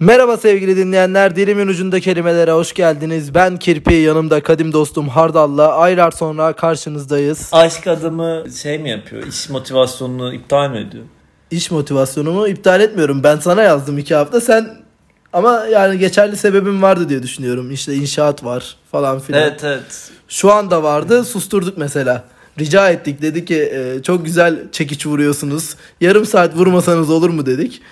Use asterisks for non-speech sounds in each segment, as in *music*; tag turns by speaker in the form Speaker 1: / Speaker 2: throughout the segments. Speaker 1: Merhaba sevgili dinleyenler. Dilimin ucunda kelimelere hoş geldiniz. Ben Kirpi, yanımda kadim dostum Hardal'la aylar sonra karşınızdayız.
Speaker 2: Aşk adamı şey mi yapıyor? İş motivasyonunu iptal mi ediyor?
Speaker 1: İş motivasyonumu iptal etmiyorum. Ben sana yazdım iki hafta. Sen ama yani geçerli sebebim vardı diye düşünüyorum. İşte inşaat var falan filan.
Speaker 2: Evet evet.
Speaker 1: Şu anda vardı. Susturduk mesela. Rica ettik. Dedi ki "E, çok güzel çekiç vuruyorsunuz. Yarım saat vurmasanız olur mu dedik.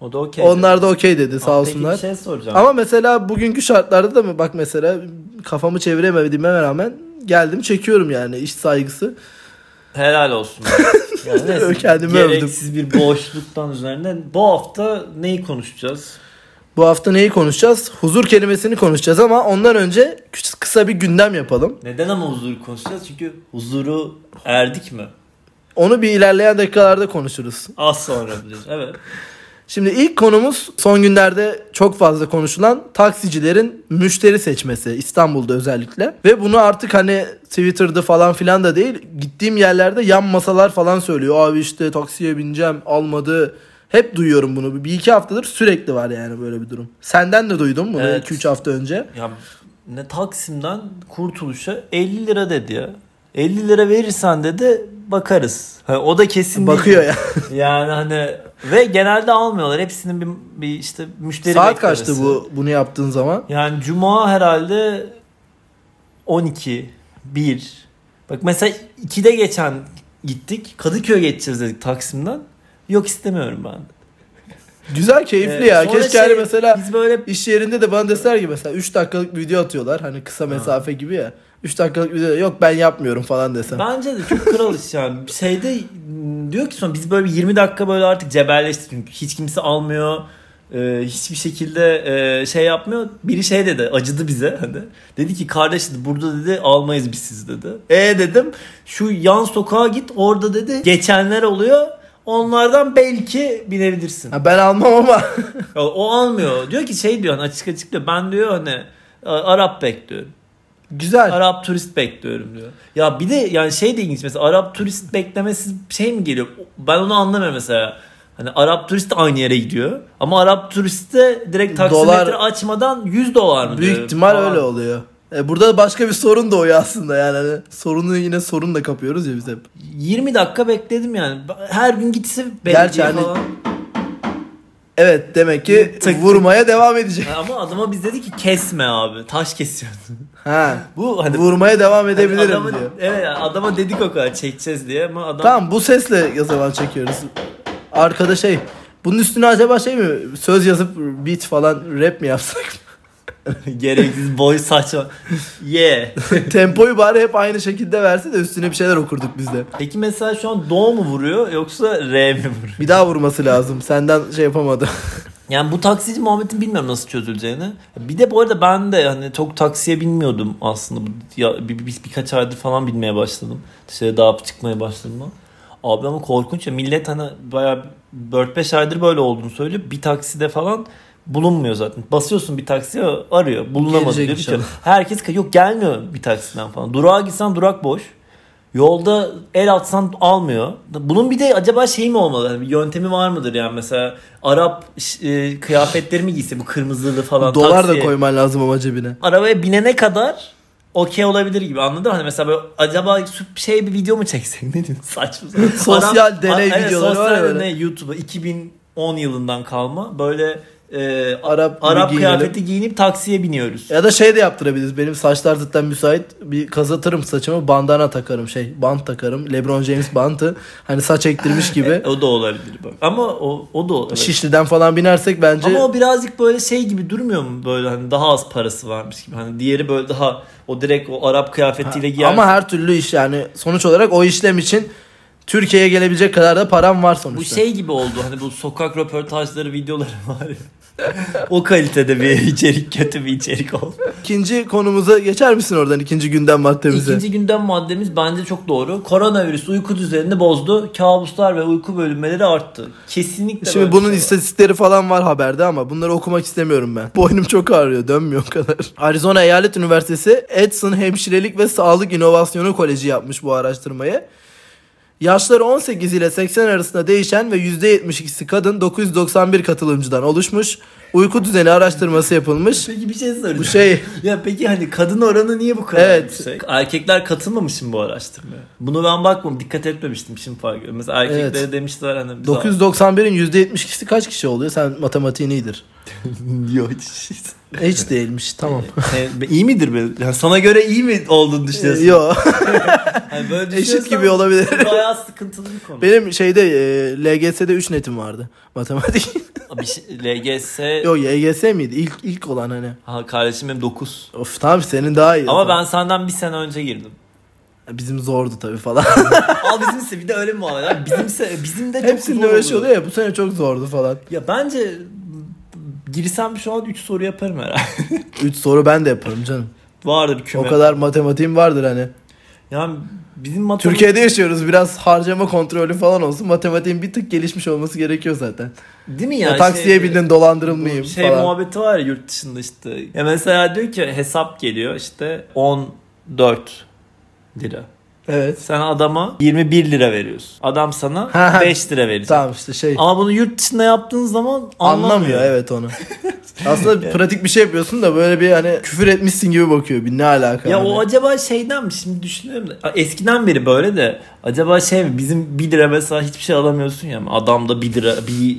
Speaker 2: O da okey.
Speaker 1: Onlar da okey dedi sağ
Speaker 2: Ama
Speaker 1: olsunlar.
Speaker 2: Peki bir şey soracağım.
Speaker 1: Ama mesela bugünkü şartlarda da mı bak mesela kafamı çeviremediğime rağmen geldim çekiyorum yani iş saygısı. *laughs*
Speaker 2: Helal olsun. Yani
Speaker 1: Kendimi
Speaker 2: gereksiz bir boşluktan üzerine. Bu hafta neyi konuşacağız?
Speaker 1: Bu hafta neyi konuşacağız? Huzur kelimesini konuşacağız ama ondan önce küç- kısa bir gündem yapalım.
Speaker 2: Neden ama huzuru konuşacağız? Çünkü huzuru erdik mi?
Speaker 1: Onu bir ilerleyen dakikalarda konuşuruz.
Speaker 2: Az sonra biliyoruz. Evet.
Speaker 1: Şimdi ilk konumuz son günlerde çok fazla konuşulan taksicilerin müşteri seçmesi İstanbul'da özellikle. Ve bunu artık hani Twitter'da falan filan da değil gittiğim yerlerde yan masalar falan söylüyor. Abi işte taksiye bineceğim almadı. Hep duyuyorum bunu. Bir iki haftadır sürekli var yani böyle bir durum. Senden de duydum bunu
Speaker 2: Evet.
Speaker 1: 2-3 hafta önce.
Speaker 2: Ya ne Taksim'den kurtuluşa 50 lira dedi ya. 50 lira verirsen dedi bakarız. Ha, o da kesin değil.
Speaker 1: Bakıyor ya.
Speaker 2: Yani hani ve genelde almıyorlar. Hepsinin bir, bir işte müşteri
Speaker 1: Saat kaçtı
Speaker 2: beklemesi.
Speaker 1: bu bunu yaptığın zaman?
Speaker 2: Yani cuma herhalde 12, 1. Bak mesela 2'de geçen gittik. Kadıköy'e geçeceğiz dedik Taksim'den. Yok istemiyorum ben.
Speaker 1: Güzel keyifli
Speaker 2: Ee,
Speaker 1: ya.
Speaker 2: sonra
Speaker 1: Keşke hani
Speaker 2: şey,
Speaker 1: mesela
Speaker 2: Biz böyle
Speaker 1: İş yerinde de bana deseler ki mesela 3 dakikalık video atıyorlar hani kısa mesafe gibi ya. 3 dakikalık video yok ben yapmıyorum falan desem.
Speaker 2: Bence de çok kral iş yani. Şeyde m, diyor ki sonra biz böyle bir 20 dakika böyle artık cebelleştik çünkü hiç kimse almıyor. e, hiçbir şekilde e, şey yapmıyor. Biri şey dedi acıdı bize. Hani. Dedi ki kardeş dedi, burada dedi almayız biz siz dedi. E dedim şu yan sokağa git orada dedi geçenler oluyor. Onlardan belki binebilirsin.
Speaker 1: Ha, ben almam ama *laughs*
Speaker 2: Ya O almıyor. Diyor ki şey diyor hani açık açık diyor. Ben diyor hani "A- Arap bekliyorum.
Speaker 1: güzel.
Speaker 2: Arap turist bekliyorum diyor. Ya bir de yani şey de ilginç mesela Arap turist beklemesi şey mi geliyor? Ben onu anlamıyorum mesela. Hani Arap turist de aynı yere gidiyor. Ama Arap turist de direkt taksimetre
Speaker 1: Dolar-
Speaker 2: açmadan 100 dolar mı
Speaker 1: Büyük
Speaker 2: diyor?
Speaker 1: ihtimal
Speaker 2: Falan.
Speaker 1: öyle oluyor. E, burada başka bir sorun da o ya aslında yani. Hani sorunu yine sorunla kapıyoruz ya biz hep.
Speaker 2: 20 dakika bekledim yani. Her gün gitse belediye
Speaker 1: Gerçi hani-
Speaker 2: falan.
Speaker 1: Evet demek ki
Speaker 2: Tık tık.
Speaker 1: vurmaya devam edecek.
Speaker 2: Ha, Ama adama biz dedi ki kesme abi. Taş kesiyorsun. *laughs*
Speaker 1: Ha.
Speaker 2: Bu hani...
Speaker 1: Vurmaya devam
Speaker 2: hani
Speaker 1: edebilirim
Speaker 2: adama,
Speaker 1: diyor.
Speaker 2: Evet yani adama dedik o kadar çekeceğiz diye ama adam...
Speaker 1: Tamam bu sesle o zaman çekiyoruz. Arkada şey bunun üstüne acaba şey mi söz yazıp beat falan rap mi yapsak?
Speaker 2: *laughs* Gereksiz boy saçma. *laughs* Yeah.
Speaker 1: *laughs* Tempoyu bari hep aynı şekilde verse de üstüne bir şeyler okurduk biz de.
Speaker 2: Peki mesela şu an do mu vuruyor yoksa re mi vuruyor?
Speaker 1: Bir daha vurması lazım. Senden şey
Speaker 2: *laughs*
Speaker 1: yapamadı.
Speaker 2: Yani bu taksici muhabbetin bilmiyorum nasıl çözüleceğini. Bir de bu arada ben de hani çok taksiye binmiyordum aslında. Bu- Ya, bir, bir- birkaç aydır falan binmeye başladım. Dışarı daha çıkmaya başladım. Abi ama korkunç ya millet hani bayağı 4-5 aydır böyle olduğunu söylüyor. Bir takside falan bulunmuyor zaten. Basıyorsun bir taksiye arıyor. Bulunamadı
Speaker 1: Gelecek
Speaker 2: diyor. bitiyor.
Speaker 1: inşallah.
Speaker 2: Herkes ka- yok gelmiyor bir taksiden falan. Durağa gitsen durak boş. Yolda el atsan almıyor. Bunun bir de acaba şey mi olmalı? Bir yöntemi var mıdır yani mesela Arap e, kıyafetleri mi giyse bu kırmızılı falan
Speaker 1: Dolar da
Speaker 2: taksiye.
Speaker 1: koyman lazım ama cebine.
Speaker 2: Arabaya binene kadar okey olabilir gibi anladın mı? Hani mesela böyle acaba sü- şey bir video mu çeksek *laughs* ne diyorsun? Saçma sapan.
Speaker 1: *laughs* Sosyal deney
Speaker 2: evet,
Speaker 1: videoları var ya
Speaker 2: Sosyal
Speaker 1: böyle.
Speaker 2: deney YouTube'a 2010 yılından kalma böyle e,
Speaker 1: Arap
Speaker 2: Arap,
Speaker 1: gibi giyinelim.
Speaker 2: kıyafeti giyinip taksiye biniyoruz.
Speaker 1: Ya da şey de yaptırabiliriz. Benim saçlar zaten müsait. Bir kazatırım saçımı. Bandana takarım. Şey bant takarım. Lebron James bantı. Hani saç ektirmiş
Speaker 2: *laughs*
Speaker 1: gibi.
Speaker 2: O da olabilir bak. Ama o, o da olabilir.
Speaker 1: Şişli'den falan binersek bence
Speaker 2: Ama o birazcık böyle şey gibi durmuyor mu böyle hani daha az parası varmış gibi. Hani diğeri böyle daha o direkt o Arap kıyafetiyle giyer.
Speaker 1: ama her türlü iş yani sonuç olarak o işlem için Türkiye'ye gelebilecek kadar da param var sonuçta.
Speaker 2: bu şey gibi oldu hani bu sokak röportajları videoları var ya. *laughs* o kalitede bir içerik kötü bir içerik oldu.
Speaker 1: İkinci konumuza geçer misin oradan ikinci gündem maddemize?
Speaker 2: İkinci gündem maddemiz bence çok doğru. Koronavirüs uyku düzenini bozdu. Kabuslar ve uyku bölünmeleri arttı. Kesinlikle
Speaker 1: Şimdi
Speaker 2: böyle
Speaker 1: bunun
Speaker 2: bir şey var.
Speaker 1: istatistikleri falan var haberde ama bunları okumak istemiyorum ben. *laughs* Boynum çok ağrıyor dönmüyor o kadar. Arizona Eyalet Üniversitesi Edson Hemşirelik ve Sağlık İnovasyonu Koleji yapmış bu araştırmayı. Yaşları 18 ile 80 arasında değişen ve %72'si kadın 991 katılımcıdan oluşmuş. uyku düzeni araştırması yapılmış.
Speaker 2: Peki bir şey soracağım.
Speaker 1: Bu şey
Speaker 2: Ya peki hani kadın oranı niye bu kadar
Speaker 1: Evet.
Speaker 2: yüksek? Erkekler katılmamış mı bu araştırmaya? Bunu ben bakmam dikkat etmemiştim şimdi fark ettim. Mesela erkeklere
Speaker 1: Evet.
Speaker 2: demişler hani. biz-
Speaker 1: 991'in %72'si kaç kişi oluyor? Sen matematiğin iyidir.
Speaker 2: *laughs* Yok hiç.
Speaker 1: Hiç değilmiş. Tamam.
Speaker 2: Sen- iyi midir E, be? Yani sana göre iyi mi olduğunu düşünüyorsun?
Speaker 1: Yo,
Speaker 2: Hani böyle
Speaker 1: eşit
Speaker 2: düşünüyorsan
Speaker 1: gibi olabilir.
Speaker 2: *laughs* Bayağı sıkıntılı bir konu.
Speaker 1: Benim şeyde e, LGS'de 3 netim vardı
Speaker 2: *laughs*
Speaker 1: matematik.
Speaker 2: Bir şey, LGS
Speaker 1: Yo YGS miydi? İlk ilk olan hani.
Speaker 2: ha, kardeşim benim 9.
Speaker 1: Of tamam senin daha iyi.
Speaker 2: Ama ben senden bir sene önce girdim.
Speaker 1: ben bizim zordu tabii falan.
Speaker 2: Al bizimse bir de öyle mi var? Bizimse bizim de *laughs* çok
Speaker 1: Hepsinde
Speaker 2: zor
Speaker 1: öyle şey
Speaker 2: olur.
Speaker 1: oluyor ya bu sene çok zordu falan.
Speaker 2: Ya bence girsem şu an 3 soru yaparım herhalde.
Speaker 1: 3 soru ben de yaparım canım.
Speaker 2: Vardı bir küme.
Speaker 1: O kadar matematiğim vardır hani.
Speaker 2: Yani bizim matematik...
Speaker 1: Türkiye'de yaşıyoruz. Biraz harcama kontrolü falan olsun. Matematiğin bir tık gelişmiş olması gerekiyor zaten.
Speaker 2: Değil mi
Speaker 1: Ya,
Speaker 2: yani?
Speaker 1: taksiye
Speaker 2: şey-
Speaker 1: bindin dolandırılmayayım
Speaker 2: şey
Speaker 1: falan.
Speaker 2: muhabbeti var ya yurt dışında işte. Ya mesela diyor ki hesap geliyor işte 14 lira.
Speaker 1: Evet.
Speaker 2: Sen adama 21 lira veriyorsun. Adam sana
Speaker 1: Ha, ha.
Speaker 2: 5 lira verecek.
Speaker 1: Tamam işte şey.
Speaker 2: Ama bunu yurt dışında yaptığın zaman anlamıyor.
Speaker 1: Anlamıyor, evet
Speaker 2: *laughs*
Speaker 1: onu. Aslında pratik bir şey yapıyorsun da böyle bir hani küfür etmişsin gibi bakıyor. Bir ne alaka?
Speaker 2: Ya
Speaker 1: hani.
Speaker 2: o acaba şeyden mi? Şimdi düşünüyorum da. Eskiden beri böyle de. Acaba şey mi? Bizim 1 lira mesela hiçbir şey alamıyorsun ya. Adam da 1 lira,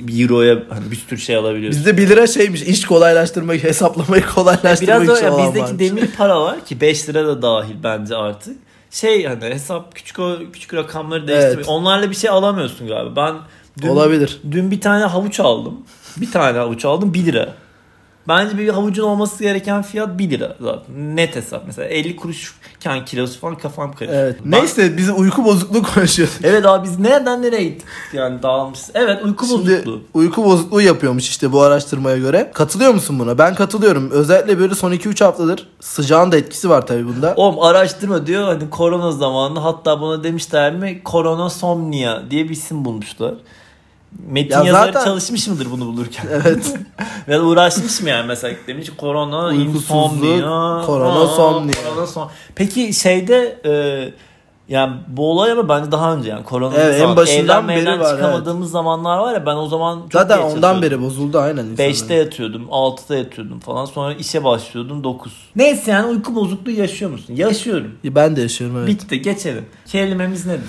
Speaker 2: 1 euroya hani bir sürü şey alabiliyorsun.
Speaker 1: Bizde 1 lira şeymiş iş kolaylaştırmak, hesaplamayı kolaylaştırmak
Speaker 2: Biraz
Speaker 1: için
Speaker 2: öyle yani
Speaker 1: olan
Speaker 2: bizdeki
Speaker 1: varmış.
Speaker 2: demir para var ki 5 lira da dahil bence artık. Şey hani hesap küçük o küçük rakamları değiştirmiyor.
Speaker 1: Evet.
Speaker 2: Onlarla bir şey alamıyorsun galiba. Ben dün,
Speaker 1: Olabilir.
Speaker 2: dün bir tane havuç aldım. Bir tane havuç aldım 1 lira. Bence bir havucun olması gereken fiyat 1 lira zaten. Net hesap mesela 50 kuruşken kilosu falan kafam karıştı.
Speaker 1: Evet.
Speaker 2: Ben-
Speaker 1: Neyse biz uyku bozukluğu konuşuyoruz.
Speaker 2: Evet abi biz nereden nereye gittik yani dağılmış. Evet *laughs* uyku
Speaker 1: Şimdi
Speaker 2: bozukluğu.
Speaker 1: uyku bozukluğu yapıyormuş işte bu araştırmaya göre. Katılıyor musun buna? Ben katılıyorum. Özellikle böyle son 2-3 haftadır sıcağın da etkisi var tabii bunda.
Speaker 2: Oğlum araştırma diyor hani korona zamanında hatta buna demişler mi korona somnia diye bir isim bulmuşlar. Metin
Speaker 1: Ya
Speaker 2: yazarı
Speaker 1: zaten-
Speaker 2: çalışmış mıdır bunu bulurken?
Speaker 1: *laughs* Evet.
Speaker 2: *laughs* ya da uğraşmış mı yani mesela demiş ki korona
Speaker 1: Uykusuzluk,
Speaker 2: insomnia.
Speaker 1: korona
Speaker 2: aa,
Speaker 1: somnia.
Speaker 2: korona som- Peki şeyde e, yani bu olay ama bence daha önce yani korona
Speaker 1: Evet, en
Speaker 2: zaman
Speaker 1: başından
Speaker 2: evden
Speaker 1: beri
Speaker 2: mevden
Speaker 1: var,
Speaker 2: çıkamadığımız zamanlar var ya ben o zaman çok
Speaker 1: Zaten
Speaker 2: geç
Speaker 1: ondan
Speaker 2: yatıyordum.
Speaker 1: beri bozuldu aynen. insanların.
Speaker 2: 5'te yatıyordum, 6'da yatıyordum falan. Sonra işe başlıyordum 9. Neyse yani uyku bozukluğu yaşıyor musun? Yaşıyorum.
Speaker 1: Ben de yaşıyorum evet.
Speaker 2: Bitti geçelim. Kelimemiz nedir?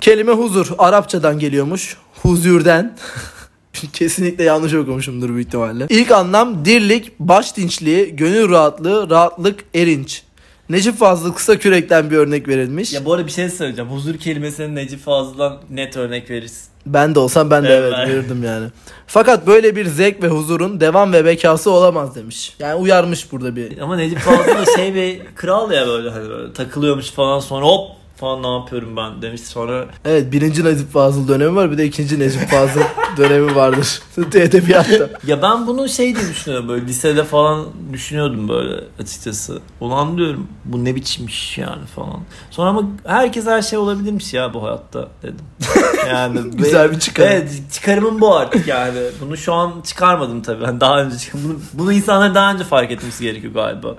Speaker 1: Kelime huzur Arapçadan geliyormuş. Huzurden. *laughs* Kesinlikle yanlış okumuşumdur büyük ihtimalle. İlk anlam dirlik, baş dinçliği, gönül rahatlığı, rahatlık, erinç. Necip Fazıl kısa kürekten bir örnek verilmiş.
Speaker 2: Ya bu arada bir şey söyleyeceğim. Huzur kelimesini Necip Fazıl'dan net örnek veririz.
Speaker 1: Ben de olsam ben de evet,
Speaker 2: Evet.
Speaker 1: verirdim yani. Fakat böyle bir zevk ve huzurun devam ve bekası olamaz demiş. Yani uyarmış burada bir.
Speaker 2: Ama Necip Fazıl da şey bir kral ya böyle hani böyle takılıyormuş falan sonra hop falan ne yapıyorum ben demiş sonra
Speaker 1: Evet birinci Necip Fazıl dönemi var bir de ikinci Necip
Speaker 2: *laughs*
Speaker 1: Fazıl dönemi vardır. *laughs* Edebiyatta.
Speaker 2: ya ben bunu şey diye düşünüyorum böyle lisede falan düşünüyordum böyle açıkçası ulan diyorum bu ne biçim iş yani falan sonra ama herkes her şey olabilirmiş ya bu hayatta
Speaker 1: *laughs*
Speaker 2: dedim yani
Speaker 1: Güzel bir çıkarım.
Speaker 2: Evet çıkarımım bu artık yani. Bunu şu an çıkarmadım tabii. Ben daha önce çık- bunu, bunu insanlar daha önce fark etmesi gerekiyor galiba.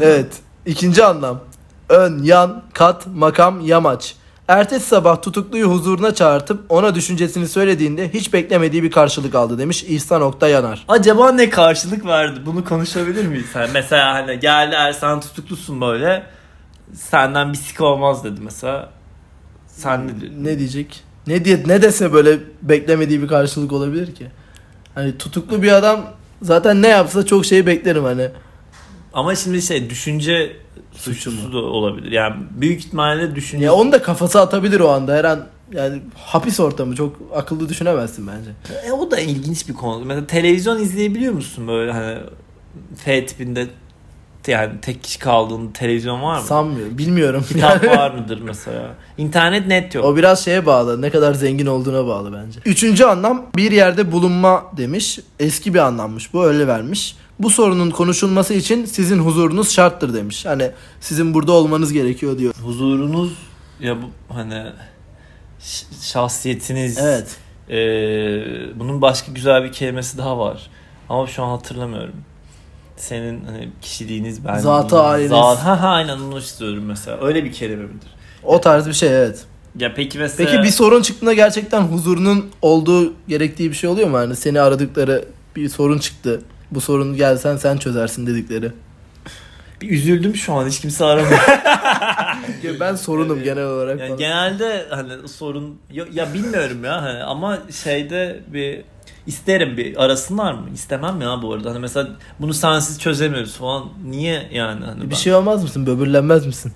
Speaker 1: Evet. İkinci anlam. Ön, yan, kat, makam, yamaç. Ertesi sabah tutukluyu huzuruna çağırtıp ona düşüncesini söylediğinde hiç beklemediği bir karşılık aldı demiş İhsan Okta Yanar.
Speaker 2: Acaba ne karşılık verdi? Bunu konuşabilir miyiz? Yani mesela hani geldi Ersan tutuklusun böyle. Senden bir sik olmaz dedi mesela. Sen ne diyorsun?
Speaker 1: Ne diyecek? Ne diye ne dese böyle beklemediği bir karşılık olabilir ki? Hani tutuklu bir adam zaten ne yapsa çok şeyi beklerim hani.
Speaker 2: Ama şimdi şey düşünce
Speaker 1: Suçu
Speaker 2: suçlusu
Speaker 1: mu?
Speaker 2: da olabilir. Yani büyük ihtimalle düşünce...
Speaker 1: Ya onu da kafası atabilir o anda her an. Yani hapis ortamı çok akıllı düşünemezsin bence.
Speaker 2: E, o da ilginç bir konu. Mesela televizyon izleyebiliyor musun böyle hani F tipinde yani tek kişi kaldığın televizyon var mı?
Speaker 1: Sanmıyorum. Bilmiyorum.
Speaker 2: Kitap var mıdır mesela? İnternet net yok.
Speaker 1: O biraz şeye bağlı. Ne kadar zengin olduğuna bağlı bence. Üçüncü anlam bir yerde bulunma demiş. Eski bir anlammış bu öyle vermiş. Bu sorunun konuşulması için sizin huzurunuz şarttır demiş. Hani sizin burada olmanız gerekiyor diyor.
Speaker 2: Huzurunuz ya bu hani ş- şahsiyetiniz.
Speaker 1: Evet.
Speaker 2: e, bunun başka güzel bir kelimesi daha var. Ama şu an hatırlamıyorum. Senin hani kişiliğiniz ben
Speaker 1: Zatı haliniz.
Speaker 2: ha ha aynen onu istiyorum mesela. Öyle bir kelime midir?
Speaker 1: O tarz bir şey evet.
Speaker 2: Ya peki mesela
Speaker 1: Peki bir sorun çıktığında gerçekten huzurunun olduğu gerektiği bir şey oluyor mu? Hani seni aradıkları bir sorun çıktı. Bu sorun gelsen sen çözersin dedikleri.
Speaker 2: Bir üzüldüm şu an hiç kimse *laughs* aramıyor.
Speaker 1: Ben sorunum genel olarak.
Speaker 2: Yani
Speaker 1: bana.
Speaker 2: genelde hani sorun ya, ya bilmiyorum ya hani ama şeyde bir isterim bir arasınlar mı? İstemem ya bu arada. Hani mesela bunu sensiz çözemiyoruz falan. Niye yani? Hani
Speaker 1: bir
Speaker 2: ben-
Speaker 1: şey olmaz mısın? Böbürlenmez misin?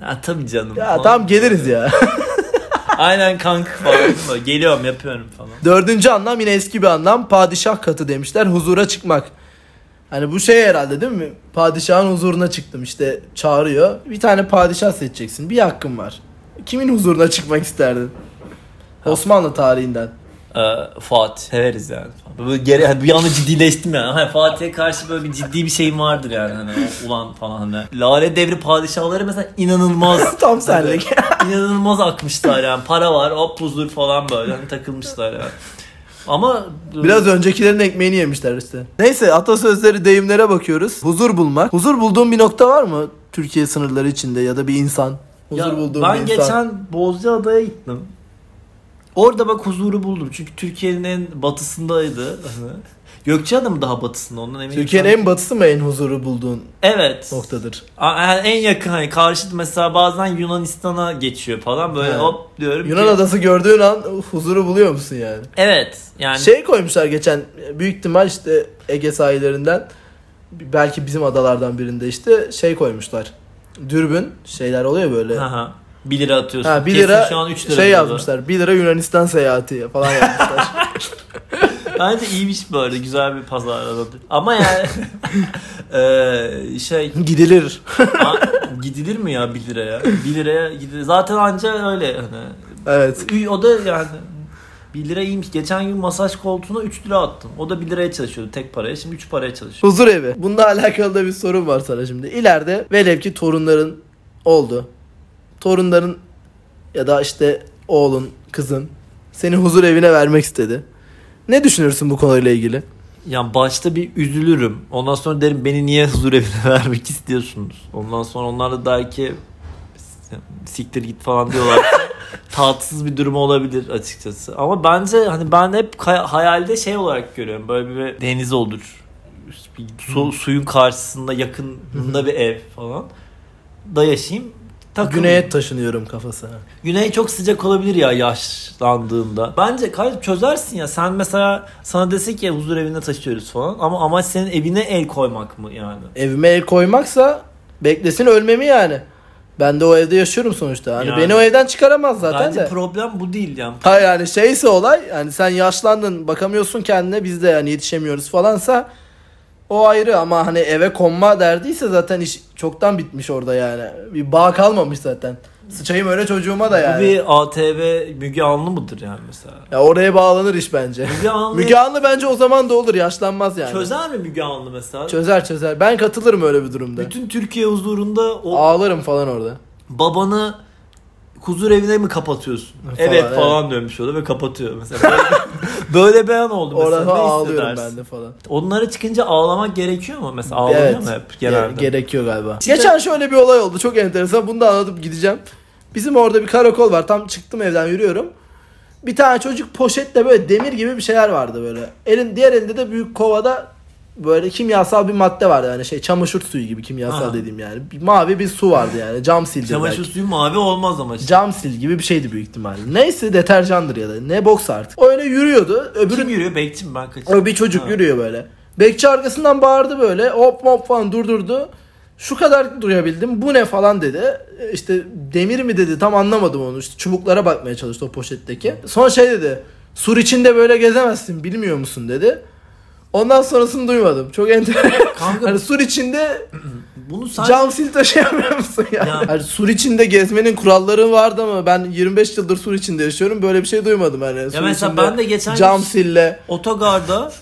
Speaker 2: Ha, tabii canım.
Speaker 1: Ya
Speaker 2: falan.
Speaker 1: tam geliriz ya.
Speaker 2: Aynen kanka falan. Geliyorum yapıyorum falan.
Speaker 1: Dördüncü anlam yine eski bir anlam. Padişah katı demişler. Huzura çıkmak. Hani bu şey herhalde değil mi? Padişahın huzuruna çıktım işte çağırıyor. Bir tane padişah seçeceksin. Bir hakkın var. Kimin huzuruna çıkmak isterdin? Osmanlı tarihinden. *laughs*
Speaker 2: Ee, Fatih severiz yani. falan. Böyle geri, hani bir anda ciddileştim yani. Hani Fatih'e karşı böyle bir ciddi bir şeyim vardır yani. Hani o ulan falan hani. Lale devri padişahları mesela
Speaker 1: *laughs*
Speaker 2: inanılmaz.
Speaker 1: Tam senlik.
Speaker 2: Hani *laughs* inanılmaz akmışlar yani. Para var, hop huzur falan böyle. Hani takılmışlar yani. Ama e,
Speaker 1: Biraz öncekilerin ekmeğini yemişler işte. Neyse atasözleri deyimlere bakıyoruz. Huzur bulmak. Huzur bulduğun bir nokta var mı? Türkiye sınırları içinde ya da bir insan. Huzur
Speaker 2: Ya
Speaker 1: bulduğun
Speaker 2: ben
Speaker 1: bir insan.
Speaker 2: geçen Bozcaada'ya gittim. Orada bak huzuru buldum. Çünkü Türkiye'nin en batısındaydı. Gökçeada mı daha batısında ondan eminim.
Speaker 1: Türkiye'nin en batısı mı en huzuru bulduğun
Speaker 2: Evet.
Speaker 1: noktadır?
Speaker 2: A- Yani en yakın hani karşıt mesela bazen Yunanistan'a geçiyor falan böyle
Speaker 1: He.
Speaker 2: hop diyorum
Speaker 1: Yunan
Speaker 2: ki-
Speaker 1: adası gördüğün an uh, huzuru buluyor musun yani?
Speaker 2: Evet yani
Speaker 1: Şey koymuşlar geçen büyük ihtimal işte Ege sahillerinden belki bizim adalardan birinde işte şey koymuşlar. Dürbün şeyler oluyor böyle. Ha,
Speaker 2: Aha, 1 lira atıyorsun.
Speaker 1: 1
Speaker 2: Kesin
Speaker 1: lira,
Speaker 2: şu an 3
Speaker 1: şey
Speaker 2: lira. diyorlar.
Speaker 1: yazmışlar. 1 lira Yunanistan seyahati falan yazmışlar.
Speaker 2: *laughs* Bence iyiymiş bu arada güzel bir pazarladı.
Speaker 1: *laughs*
Speaker 2: Ama yani eee, şey
Speaker 1: Gidilir.
Speaker 2: a- gidilir mi ya 1 liraya? 1 liraya gidilir. Zaten anca öyle hani.
Speaker 1: Evet.
Speaker 2: Ü- O da yani 1 lira iyiymiş. Geçen gün masaj koltuğuna 3 lira attım. O da 1 liraya çalışıyordu tek paraya. Şimdi 3 paraya çalışıyor.
Speaker 1: Huzur evi. Bununla alakalı da bir sorun var sana şimdi. İleride velev ki torunların oldu. Torunların ya da işte oğlun, kızın seni huzur evine vermek istedi. Ne düşünürsün bu konuyla ilgili?
Speaker 2: Yani başta bir üzülürüm. Ondan sonra derim beni niye huzur evine *laughs* vermek istiyorsunuz? Ondan sonra onlar da der ki siktir git falan diyorlar. *laughs* Tatsız bir durum olabilir açıkçası. Ama bence hani ben hep kay- hayalde şey olarak görüyorum. Böyle bir deniz olur. Bir su- suyun karşısında yakınında bir ev falan. Da yaşayayım. Takılayım.
Speaker 1: Güney'e taşınıyorum kafasına.
Speaker 2: Güney çok sıcak olabilir ya yaşlandığında. Bence kardeşim çözersin ya. Sen mesela sana desek ya huzur evine taşıyoruz falan. Ama amaç senin evine el koymak mı yani?
Speaker 1: Evime el koymaksa beklesin ölmemi yani. Ben de o evde yaşıyorum sonuçta. Hani
Speaker 2: Yani.
Speaker 1: beni o evden çıkaramaz zaten
Speaker 2: Bence
Speaker 1: de.
Speaker 2: problem bu değil yani.
Speaker 1: Ha yani şeyse olay yani sen yaşlandın bakamıyorsun kendine biz de yani yetişemiyoruz falansa o ayrı ama hani eve konma derdiyse zaten iş çoktan bitmiş orada yani. Bir bağ kalmamış zaten. Sıçayım öyle çocuğuma da
Speaker 2: Bu
Speaker 1: yani.
Speaker 2: bir ATV Müge Anlı mıdır yani mesela?
Speaker 1: Ya oraya bağlanır iş bence. *laughs*
Speaker 2: Müge Anlı
Speaker 1: Müge Anlı bence o zaman da olur yaşlanmaz yani.
Speaker 2: çözer mi Müge Anlı mesela?
Speaker 1: Çözer çözer. Ben katılırım öyle bir durumda.
Speaker 2: Bütün Türkiye huzurunda o
Speaker 1: Ağlarım falan orada.
Speaker 2: babanı huzur evine mi kapatıyorsun?
Speaker 1: Falan,
Speaker 2: evet
Speaker 1: evet.
Speaker 2: falan dönmüş orada ve kapatıyor mesela.
Speaker 1: *laughs*
Speaker 2: Böyle beyan oldu mesela.
Speaker 1: Orada
Speaker 2: Ne
Speaker 1: ağlıyorum
Speaker 2: hissedersin?
Speaker 1: ben de falan.
Speaker 2: Onlara çıkınca ağlamak gerekiyor mu? Mesela ağlanıyor
Speaker 1: Evet.
Speaker 2: mu hep genelde?
Speaker 1: Ge- gerekiyor galiba. Geçen şöyle bir olay oldu. Çok enteresan. Bunu da anlatıp gideceğim. Bizim orada bir karakol var. Tam çıktım evden yürüyorum. Bir tane çocuk poşetle böyle demir gibi bir şeyler vardı böyle. Elin diğer elinde de büyük kovada böyle kimyasal bir madde vardı. Yani şey çamaşır suyu gibi kimyasal
Speaker 2: Aha.
Speaker 1: dediğim yani. Bir mavi bir su vardı yani. Cam sildi.
Speaker 2: Çamaşır
Speaker 1: belki.
Speaker 2: suyu mavi olmaz ama. işte.
Speaker 1: Cam sil gibi bir şeydi büyük ihtimalle. Neyse deterjandır ya da ne boksa artık. Öyle yürüyordu. Öbürü
Speaker 2: Kim yürüyor? Bekçi mi? Ben kaçayım.
Speaker 1: o bir çocuk
Speaker 2: Ha.
Speaker 1: yürüyor böyle. Bekçi arkasından bağırdı böyle. Hop hop falan durdurdu. Şu kadar duyabildim. Bu ne falan dedi. E, İşte demir mi dedi tam anlamadım onu. İşte çubuklara bakmaya çalıştı o poşetteki. Son şey dedi. Sur içinde böyle gezemezsin bilmiyor musun dedi. Ondan sonrasını duymadım. Çok
Speaker 2: *laughs*
Speaker 1: enteresan.
Speaker 2: Kanka
Speaker 1: Hani sur içinde
Speaker 2: bunu sadece...
Speaker 1: cam sil taşıyamıyor musun yani?
Speaker 2: Ya.
Speaker 1: Hani sur içinde gezmenin kuralları vardı ama ben 25 yıldır sur içinde yaşıyorum. Böyle bir şey duymadım hani. sur
Speaker 2: mesela
Speaker 1: içinde
Speaker 2: ben de geçen gün-
Speaker 1: cam sille.
Speaker 2: Otogarda...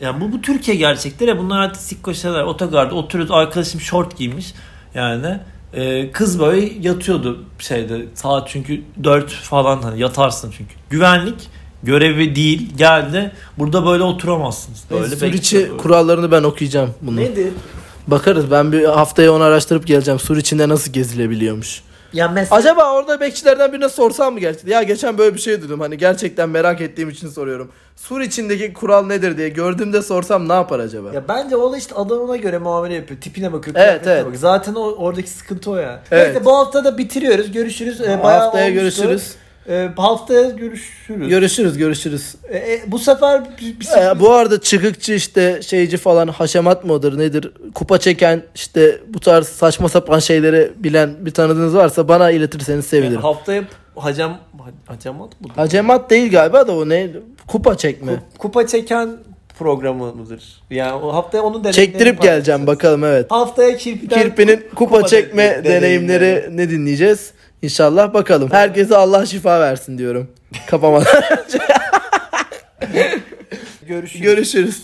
Speaker 2: Yani bu, bu Türkiye gerçekleri. ya, Bunlar artık sikko şeyler. Otogarda oturuyoruz. Arkadaşım şort giymiş. Yani Ee, kız böyle yatıyordu şeyde saat çünkü 4 falan hani yatarsın çünkü. Güvenlik görevi değil geldi. Burada böyle oturamazsınız. Böyle
Speaker 1: Böyle sur
Speaker 2: bekliyor
Speaker 1: içi
Speaker 2: böyle.
Speaker 1: kurallarını ben okuyacağım bunu.
Speaker 2: Nedir?
Speaker 1: Bakarız ben bir haftaya onu araştırıp geleceğim. Sur içinde nasıl gezilebiliyormuş.
Speaker 3: Ya mesela
Speaker 1: Acaba orada bekçilerden birine sorsam mı gerçekten? Ya geçen böyle bir şey duydum hani gerçekten merak ettiğim için soruyorum. Sur içindeki kural nedir diye gördüğümde sorsam ne yapar acaba?
Speaker 2: Ya bence o da işte adam ona göre muamele yapıyor. Tipine bakıyor.
Speaker 1: Evet,
Speaker 2: kıyafetine
Speaker 1: evet.
Speaker 2: bakıyor. Zaten o, oradaki sıkıntı o ya.
Speaker 1: Evet.
Speaker 2: Neyse bu hafta da bitiriyoruz. Görüşürüz. Ee, bayağı
Speaker 1: haftaya
Speaker 2: olmuştu.
Speaker 1: görüşürüz.
Speaker 2: Ee, haftaya görüşürüz.
Speaker 1: Görüşürüz görüşürüz.
Speaker 2: Ee, e, bu sefer bir, şey- bir
Speaker 1: Ee, bu arada çıkıkçı işte şeyci falan haşemat mıdır nedir kupa çeken işte bu tarz saçma sapan şeyleri bilen bir tanıdığınız varsa bana iletirseniz sevinirim.
Speaker 2: haftaya hacam hacamat mı?
Speaker 1: Hacemat değil galiba da o ne kupa çekme.
Speaker 2: Kupa çeken programımızdır. Yani o haftaya onun deneyimlerini
Speaker 1: Çektirip geleceğim
Speaker 2: paylaşacağız.
Speaker 1: bakalım evet.
Speaker 2: Haftaya kirpiden
Speaker 1: Kirpi'nin kupa, çekme
Speaker 2: deneyim-
Speaker 1: deneyimleri ne dinleyeceğiz? İnşallah bakalım. Herkese Allah şifa versin diyorum. Kapamadan. *laughs*
Speaker 2: Görüşürüz.
Speaker 1: Görüşürüz.